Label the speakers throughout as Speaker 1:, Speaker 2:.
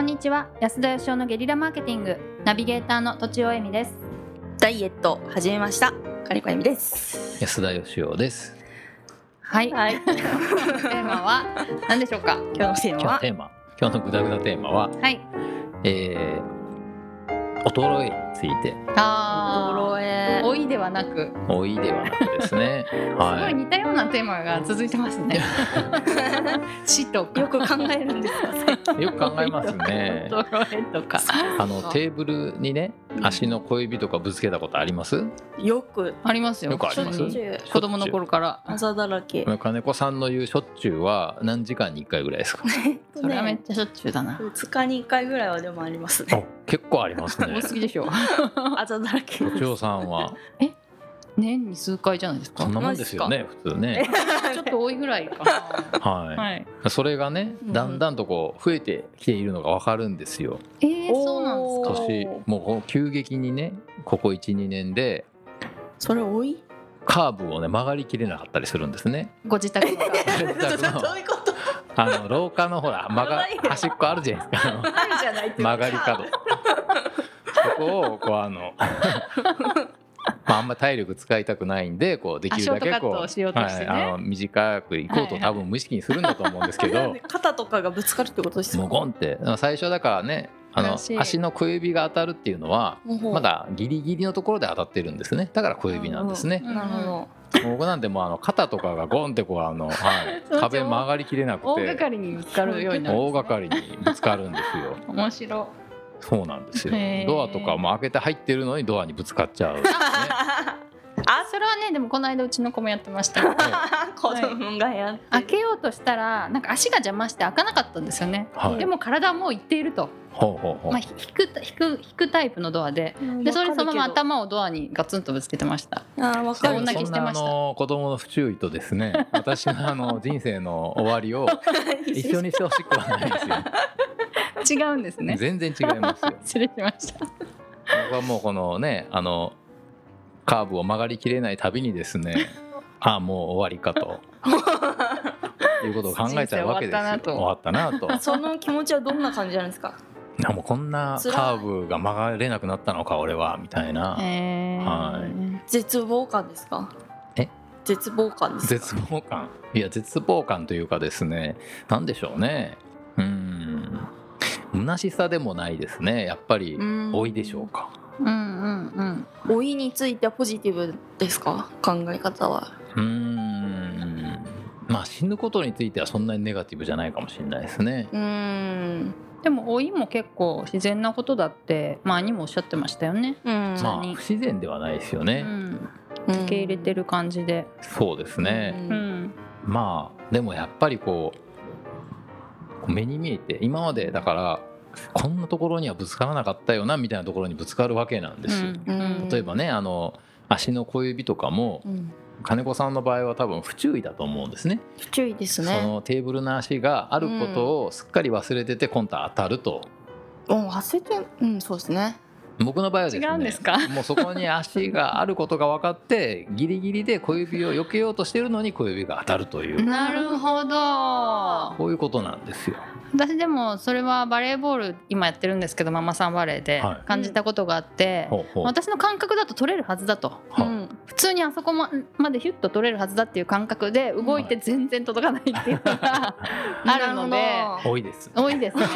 Speaker 1: んにちは安田義生のゲリラマーケティングナビゲーターのとちおえみです
Speaker 2: ダイエット始めました。金子由美です。
Speaker 3: 安田義雄です。
Speaker 1: はい、
Speaker 2: はい。今
Speaker 1: テーマ は何でしょうか
Speaker 2: 日のテーマ
Speaker 3: 今日の
Speaker 2: は
Speaker 3: テーマ、今日のグダグダテーマは、
Speaker 1: はい
Speaker 3: えー、衰えについて、
Speaker 1: あ
Speaker 2: 衰え
Speaker 1: ー。老いではなく、
Speaker 3: 老いではなくです ね。は
Speaker 1: すご
Speaker 3: い
Speaker 1: い。似たようなテーマが続いてます ね死とか
Speaker 2: よく考えるんですか。最近
Speaker 3: よく考えますね
Speaker 2: 衰えとか。
Speaker 3: あのテーブルにね、足の小指とかぶつけたことあります？
Speaker 2: よく。
Speaker 1: ありますよ
Speaker 3: よくあります
Speaker 1: 普通に子供の頃から
Speaker 2: あざだらけ。
Speaker 3: 金子さんの言うしょっちゅうは何時間に一回ぐらいですか？
Speaker 1: それはめっちゃしょっちゅうだな
Speaker 2: 二日に一回ぐらいはでもあります ね。
Speaker 3: お結構ありますね
Speaker 1: 多。すぎでしょ
Speaker 2: あざだらけ。
Speaker 3: 部長さんは
Speaker 1: 年に数回じゃないですか
Speaker 3: そんなもんですよね、普通ね。
Speaker 1: ちょっと多いぐらいかな
Speaker 3: は
Speaker 1: はい
Speaker 3: い。それがね、だんだんとこう増えてきているのがわかるんですよ。
Speaker 1: えー、そうなんですか
Speaker 2: おー
Speaker 3: 年もうこう急激にねここ12年で
Speaker 2: それ多い。
Speaker 3: カーブをね曲がりきれなかったりするんですね
Speaker 1: ご自宅の方
Speaker 2: どういうこと。
Speaker 3: あの廊下のほら曲が
Speaker 2: 危ないよ
Speaker 3: 端っこあるじゃないですかあの
Speaker 2: あるじゃないってこと。
Speaker 3: 曲がり角そこをこうあの まあ、あんま体力使いたくないんでこうできるだけ
Speaker 1: あショートカット
Speaker 3: こ
Speaker 1: を
Speaker 3: う
Speaker 1: しようとしてね
Speaker 3: はい、あの短くいこうと
Speaker 1: はいはい
Speaker 3: 多分無意識にするんだと思うんで すけど、
Speaker 2: なんで肩とかがぶつかるってことです
Speaker 3: もう
Speaker 2: よ。
Speaker 3: ゴンって最初だからねあの
Speaker 1: 悲しい
Speaker 3: 足の小指が当たるっていうのはま
Speaker 2: ま
Speaker 3: だギリギリのところで当たってるんですねだから小指なんですね。
Speaker 2: なるほど。
Speaker 3: 僕なんてもうあの肩とかがゴンってこう あの、はい
Speaker 1: そうそう
Speaker 3: 壁曲がりきれなくて
Speaker 1: 大掛かりにぶつかるようになるんですね、
Speaker 3: 大掛かりにぶつかるんですよ
Speaker 1: 面白
Speaker 3: そうなんですよ
Speaker 1: へー
Speaker 3: ドアとかも開けて入ってるのにドアにぶつかっち ゃう、ね、
Speaker 1: あそれはねでもこの間うちの子もやってましたよ
Speaker 2: 子供がやって
Speaker 1: 開けようとしたらなんか足が邪魔して開かなかったんですよね
Speaker 3: はい
Speaker 1: でも体はもう行っていると、
Speaker 3: ほうほうほう、
Speaker 1: まあ、ひ引く引く引くタイプのドアで
Speaker 2: る。
Speaker 1: でそれでそのまま
Speaker 2: 頭。
Speaker 1: 頭をドアにガツンとぶつけてました
Speaker 2: あー、わ
Speaker 3: そ
Speaker 2: か
Speaker 1: ど
Speaker 2: る
Speaker 1: ん。だけ
Speaker 3: ん
Speaker 1: して
Speaker 3: な
Speaker 1: ま
Speaker 3: あ
Speaker 1: した
Speaker 3: の子供の不注意とですね私のあの人生の終わ りを一緒にしてほしくはないですよ、
Speaker 1: 違うんですね
Speaker 3: 全然違いますよ
Speaker 1: 失礼しました
Speaker 3: 僕はもうこのねあのカーブを曲がりきれないたびにですねああもう終わりかということを考えちゃうわけですよ
Speaker 1: 人生終
Speaker 3: 終
Speaker 1: わ
Speaker 3: わったな と
Speaker 2: その気持ちはどんな感じなんですか。
Speaker 3: いやもうこんなカーブが曲がれなくなったのか俺はみたいな
Speaker 1: えー
Speaker 3: は
Speaker 2: 絶望感ですか。
Speaker 3: え。
Speaker 2: 絶望感ですか。
Speaker 3: 絶望感いや絶望感というかですねなんでしょうねうーん虚しさでもないですねやっぱり
Speaker 2: うん
Speaker 3: 多いでしょうか
Speaker 1: うんうんうん
Speaker 2: 老いについてはポジティブですか考え方は
Speaker 3: うーんまあ死ぬことについてはそんなにネガティブじゃないかもしれないですね
Speaker 2: うーん
Speaker 1: でも老いも結構自然なことだってまあ兄もおっしゃってましたよね、
Speaker 2: うん
Speaker 3: まあ
Speaker 1: 何
Speaker 3: 不自然ではないですよ
Speaker 1: う
Speaker 3: ね、
Speaker 1: ん、
Speaker 2: うん
Speaker 1: 受け入れてる感じで、
Speaker 3: そうですね、
Speaker 1: う
Speaker 2: う
Speaker 1: んん、
Speaker 3: まあでもやっぱりこうこう目に見えて今までだからこんなところにはぶつからなかったよなみたいなところにぶつかるわけなんですよ。
Speaker 1: うん
Speaker 2: うん
Speaker 3: 例えばねあの足の小指とかも
Speaker 2: うん
Speaker 3: 金子さんの場合は多分不注意だと思うんですね
Speaker 2: 不注意です
Speaker 3: そ
Speaker 2: ね
Speaker 3: のテーブルの足があることをすっかり忘れてて今度当たると
Speaker 2: うん忘れてうんそうですね
Speaker 3: 僕の場合はですね
Speaker 1: 違うんですか
Speaker 3: もうそこに足があることが分かってギリギリで小指を避けようとしてるのに小指が当たるという
Speaker 1: なるほど
Speaker 3: こういうことなんですよ。
Speaker 1: 私でもそれはバレーボール今やってるんですけどママさんバレーで
Speaker 3: はい
Speaker 1: 感じたことがあって、
Speaker 3: ほうほう
Speaker 1: 私の感覚だと取れるはずだと
Speaker 3: は
Speaker 2: うん
Speaker 1: 普通にあそこままでヒュッと取れるはずだっていう感覚で動いて全然届かないっていうのが あるので
Speaker 2: なるほ
Speaker 3: 多いです。
Speaker 1: 多いです ね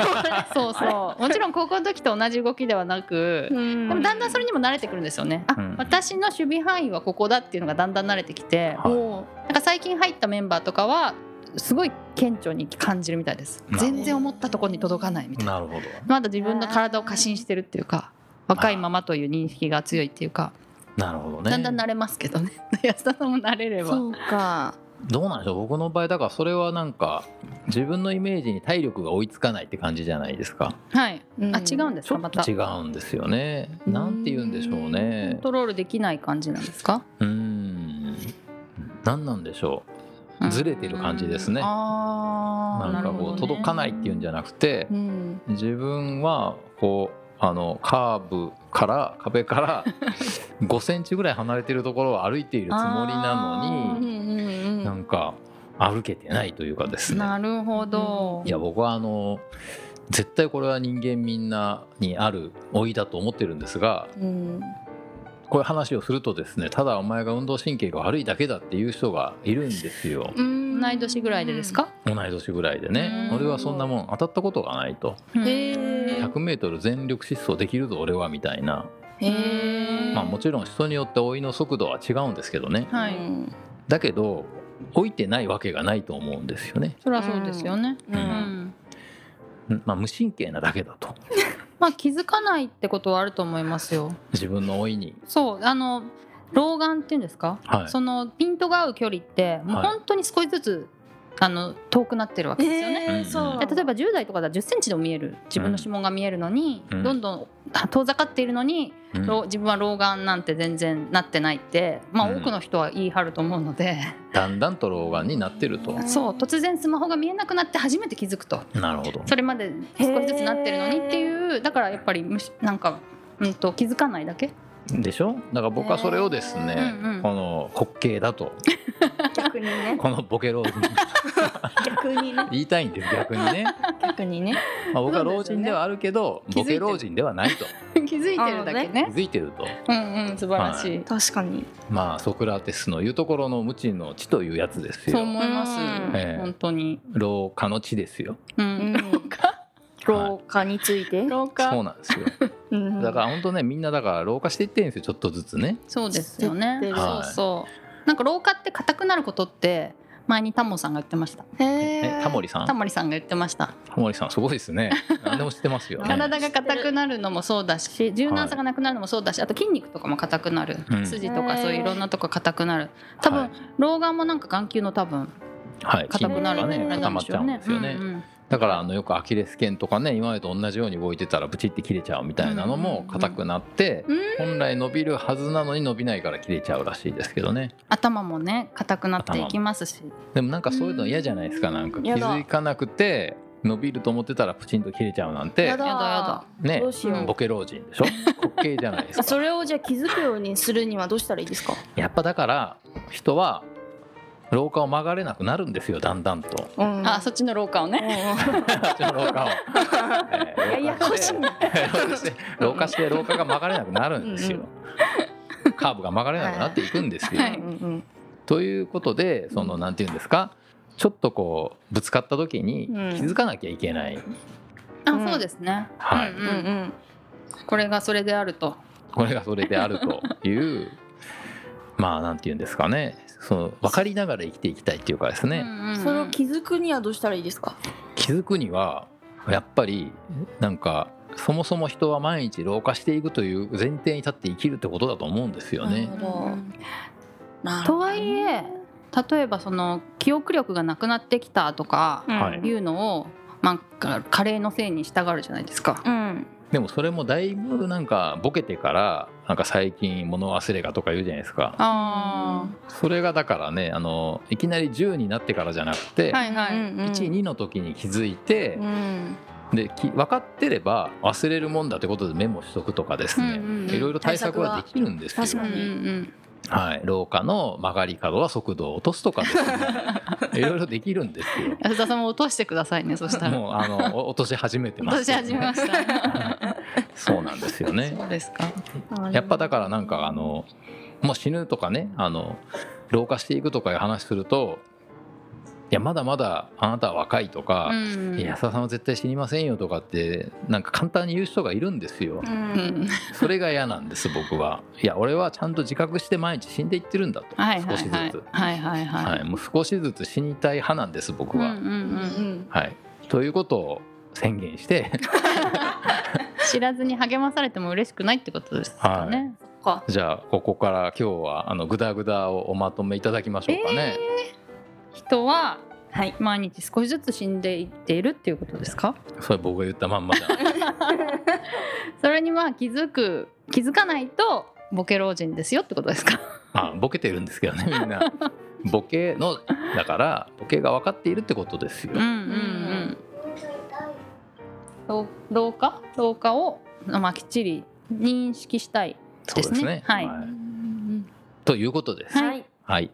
Speaker 1: そうそうもちろん高校の時と同じ動きではなく、
Speaker 2: どうん
Speaker 1: でもだんだんそれにも慣れてくるんですよね。あ、
Speaker 3: うん
Speaker 1: 私の守備範囲はここだっていうのがだんだん慣れてきて、
Speaker 3: はい
Speaker 2: おう
Speaker 1: なんか最近入ったメンバーとかはすごい顕著に感じるみたいです
Speaker 3: な。るほど
Speaker 1: 全然思ったところに届かないみたいな。
Speaker 3: なるほど。
Speaker 1: まだ自分の体を過信してるっていうか。若いままという認識が強いっていうか、
Speaker 3: なるほどね。
Speaker 1: だんだん慣れますけどね 安田さんも慣れれば
Speaker 2: そうか
Speaker 3: どうなんでしょう。僕の場合だからそれはなんか自分のイメージに体力が追いつかないって感じじゃないですか。
Speaker 1: はい、
Speaker 2: うん
Speaker 1: あ違うんですかまた
Speaker 3: 違うんですよね。なんて言うんでしょう
Speaker 1: コン
Speaker 3: ね。
Speaker 1: トロールできない感じなんですか、
Speaker 3: うーん。なんなんでしょ
Speaker 1: うん
Speaker 3: ずれてる感じですねう。
Speaker 1: あー
Speaker 3: なんかこう届かないっていうんじゃなくて
Speaker 2: う、ん
Speaker 3: 自分はこう。あのカーブから壁から5センチぐらい離れてるところを歩いているつもりな
Speaker 1: あ
Speaker 3: の
Speaker 1: ー
Speaker 3: に
Speaker 2: うんうん
Speaker 3: なんか歩けてないというかですね
Speaker 1: なるほど、
Speaker 3: いや僕はあの絶対これは人間みんなにある老いだと思ってるんですが
Speaker 2: うん
Speaker 3: こういう話をするとですねただお前が運動神経が悪いだけだっていう人がいるんですよ
Speaker 2: うん
Speaker 1: 同い年ぐらいでですか、
Speaker 3: 同い年ぐらいでね
Speaker 1: うん
Speaker 3: 俺はそんなもん当たったことがないと
Speaker 1: うん
Speaker 2: へー
Speaker 3: 100m 全力疾走できるぞ俺はみたいな
Speaker 2: へえ
Speaker 3: まあもちろん人によって老いの速度は違うんですけどね
Speaker 1: はい、
Speaker 2: うん
Speaker 3: だけど老いてないわけがないと思うんですよね、
Speaker 1: そりゃそうですよね、
Speaker 3: う
Speaker 1: うんん
Speaker 3: うんまあ、無神経なだけだと
Speaker 1: まあ気づかないってことはあると思いますよ
Speaker 3: 自分の老いに、
Speaker 1: そうあの老眼っていうんですか、
Speaker 3: はい、
Speaker 1: そのピントが合う距離ってもう
Speaker 3: はい
Speaker 1: 本当に少しずつ、あの遠くなってるわけですよね、
Speaker 2: えーそう
Speaker 1: で例えば10代とかだと1 0ンチでも見える自分の指紋が見えるのに、
Speaker 3: うん
Speaker 1: どんどんあ遠ざかっているのに、
Speaker 3: うん
Speaker 1: 老自分は老眼なんて全然なってないって、まあ、
Speaker 3: うん
Speaker 1: 多くの人は言い張ると思うので、
Speaker 3: だんだんと老眼になってると
Speaker 2: うん
Speaker 1: そう突然スマホが見えなくなって初めて気づくと
Speaker 3: なるほど
Speaker 1: それまで少しずつなってるのにっていうだからやっぱりむしなんか、うん、と気づかないだけ
Speaker 3: でしょだから僕はそれをですね、
Speaker 1: うんうん
Speaker 3: この滑稽だ と
Speaker 2: 逆にね
Speaker 3: このボケ老人
Speaker 2: 逆にね
Speaker 3: 言いたいんです逆にね、
Speaker 2: 逆にね
Speaker 3: まあ、僕は老人ではあるけど、
Speaker 1: そうですよね
Speaker 3: ボケ老人ではないと
Speaker 1: 気づいてるだけ
Speaker 3: 気
Speaker 1: ね
Speaker 3: づいてると
Speaker 1: うんうん素晴らしい、
Speaker 2: 確かに
Speaker 3: まあソクラテスの言うところの無知の知というやつです
Speaker 1: そう
Speaker 3: よ
Speaker 1: 思います、
Speaker 2: うん
Speaker 3: ええ
Speaker 1: 本当に、
Speaker 3: 老化の知ですよ
Speaker 1: う
Speaker 2: うんん老化について
Speaker 1: 老
Speaker 3: そ
Speaker 1: 化
Speaker 3: うなんですよ
Speaker 2: うん
Speaker 3: だから本当ねみんなだから老化していってるんですよちょっとずつ ね
Speaker 1: そうですよね
Speaker 2: 知ってる
Speaker 1: そ
Speaker 3: は
Speaker 1: う
Speaker 3: い
Speaker 1: そうなんか老化って硬くなることって前にタモさんが言ってました
Speaker 2: へ
Speaker 3: え
Speaker 2: ー
Speaker 3: タモリさん
Speaker 1: タ
Speaker 3: タ
Speaker 1: モリさんが言ってました
Speaker 3: モリさんすごいですね何でも知ってますよ ね
Speaker 1: 体が硬くなるのもそうだし柔軟さがなくなるのもそうだしあと筋肉とかも硬くなる、
Speaker 3: うん
Speaker 1: 筋とかそうい
Speaker 2: へ
Speaker 1: う
Speaker 2: ー
Speaker 1: いろんなとこ硬くなる多分、
Speaker 3: はい
Speaker 1: 老眼もなんか眼球の多分
Speaker 3: はい筋
Speaker 1: 硬く
Speaker 3: 肉
Speaker 1: なる
Speaker 3: が
Speaker 1: んじゃ
Speaker 3: ね
Speaker 1: ない
Speaker 3: 固
Speaker 1: か
Speaker 3: ま
Speaker 1: も
Speaker 3: っ
Speaker 1: し
Speaker 3: ち
Speaker 1: れ
Speaker 3: ゃうん
Speaker 1: ない
Speaker 3: ですよね、
Speaker 1: うんうん
Speaker 3: だからあのよくアキレス腱とかね今までと同じように動いてたらブチって切れちゃうみたいなの
Speaker 1: うんうんう
Speaker 3: も
Speaker 1: ん
Speaker 3: 硬くなって本来伸びるはずなのに伸びないから切れちゃうらしいですけどね
Speaker 1: 頭もね硬くなっていきますし
Speaker 3: でもなんかそういうの嫌じゃないですかなんか気
Speaker 2: やだ
Speaker 3: づかなくて伸びると思ってたらプチンと切れちゃうなんて
Speaker 2: やだ
Speaker 1: やだや
Speaker 3: ね
Speaker 2: どうしよう
Speaker 3: ボケ老人でしょ滑稽じゃ ないです
Speaker 2: そ
Speaker 3: か
Speaker 2: れをじゃあ気づくようにするにはどうしたらいいですか
Speaker 3: やっぱだから人は廊下を曲がれなくなるんですよだんだ んと
Speaker 2: うん
Speaker 1: あそっちの老化をね
Speaker 3: 私の廊下 を、えー
Speaker 2: ややこしい
Speaker 3: 廊下して廊下して廊下が曲がれなくなるんですよカーブが曲がれなくなっていくんですよ、
Speaker 1: は
Speaker 2: う
Speaker 1: い
Speaker 2: んうん
Speaker 3: ということでその
Speaker 2: うん
Speaker 3: なんて言うんですかちょっとこうぶつかった時に気
Speaker 2: うん
Speaker 3: づかなきゃいけない、
Speaker 1: あ
Speaker 2: うん
Speaker 1: そうですね、
Speaker 3: はい
Speaker 1: うん
Speaker 2: うんう
Speaker 1: うん
Speaker 2: ん
Speaker 1: これがそれであると
Speaker 3: これがそれであるという まあなんて言うんですかねその分かりながら生きていきたいっていうかですね、
Speaker 1: うんうんうん
Speaker 2: それを気づくにはどうしたらいいですか
Speaker 3: 気づくにはやっぱりなんかそもそも人は毎日老化していくという前提に立って生きるってことだと思うんですよね。
Speaker 2: なるほどなる
Speaker 1: と
Speaker 2: ほど
Speaker 1: はいえ例えばその記憶力がなくなってきたとか
Speaker 2: うん
Speaker 3: はい
Speaker 1: いうのを、まあ、加齢のせいに従うじゃないですか。
Speaker 2: うん
Speaker 3: でもそれもだいぶなんかボケてからなんか最近物忘れがとか言うじゃないですか
Speaker 1: あ
Speaker 3: それがだからねあのいきなり10になってからじゃなく
Speaker 1: ー
Speaker 3: て、
Speaker 1: はいは
Speaker 2: う
Speaker 1: い、
Speaker 2: んうん
Speaker 3: 12の時に気づいて
Speaker 2: う、ん
Speaker 3: でき分かってれば忘れるもんだってことでメモしとくとかです
Speaker 1: うん
Speaker 3: ね、
Speaker 1: うんうん
Speaker 3: いろいろ対策はできるんですよ
Speaker 2: 対策
Speaker 1: うんう
Speaker 2: は確かに
Speaker 1: ん
Speaker 3: はい、廊下の曲がり角は速度を落とすとかで すねいろいろできるんですよ
Speaker 1: 安田さんも落としてくださいねそしたら。
Speaker 3: もうあのお落とし始めて
Speaker 1: 落
Speaker 3: ま
Speaker 1: と
Speaker 3: す
Speaker 1: し
Speaker 3: よ
Speaker 1: 始め
Speaker 3: ね、
Speaker 1: ました。
Speaker 3: そうなんですよね
Speaker 1: そうですか。
Speaker 3: やっぱだからなんかあのもう死ぬとかねあの老化していくとかいう話するといやまだまだあなたは若いとか、
Speaker 1: うん
Speaker 3: いや安田さんは絶対死にませんよとかってなんか簡単に言う人がいるんです
Speaker 2: う
Speaker 3: よ
Speaker 1: うんん
Speaker 3: それが嫌なんです僕はいや俺はちゃんと自覚して毎日死んでいってるんだと、
Speaker 1: はいはい
Speaker 3: 少しず
Speaker 1: はい
Speaker 3: つ、
Speaker 1: はいはい
Speaker 3: は
Speaker 1: はい
Speaker 3: い、もう少しずつ死にたい派なんです僕
Speaker 1: うんう
Speaker 3: は、
Speaker 1: んうん
Speaker 2: ん
Speaker 3: はいということを宣言して、
Speaker 1: 知らずに励まされても嬉しくないってことですかね。
Speaker 2: か
Speaker 3: じゃあここから今日はあのグダグダをおまとめいただきましょうかね、
Speaker 1: 人は
Speaker 2: はい
Speaker 1: 毎日少しずつ死んでいっているっていうことですか？
Speaker 3: それ僕が言ったまんまじゃん
Speaker 1: それにまあ気づく気づかないとボケ老人ですよってことですか。
Speaker 3: あボケてるんですけどねみんなボケのだからボケが分かっているってことですよ、
Speaker 1: んうん。老化老化をまあきっちり認識したい
Speaker 3: そう
Speaker 1: で
Speaker 3: ですす
Speaker 1: ね。
Speaker 3: ね
Speaker 1: はい。
Speaker 3: は
Speaker 1: はい
Speaker 2: うん
Speaker 3: ということです
Speaker 1: い、
Speaker 2: い
Speaker 3: はい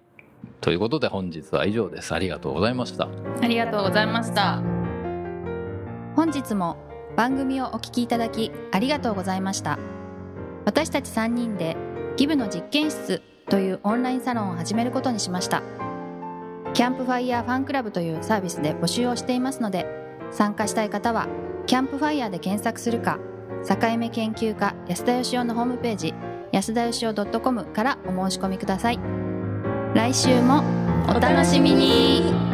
Speaker 3: ということで本日は以上ですありがとうございました
Speaker 1: ありがとうございました。
Speaker 4: 本日も番組をお聞きいただきありがとうございました私たち3人でギブの実験室というオンラインサロンを始めることにしましたキャンプファイヤーファンクラブというサービスで募集をしていますので参加したい方はキャンプファイヤーで検索するか境目研究家安田義雄のホームページ安田義雄 .com からお申し込みください来週もお楽しみに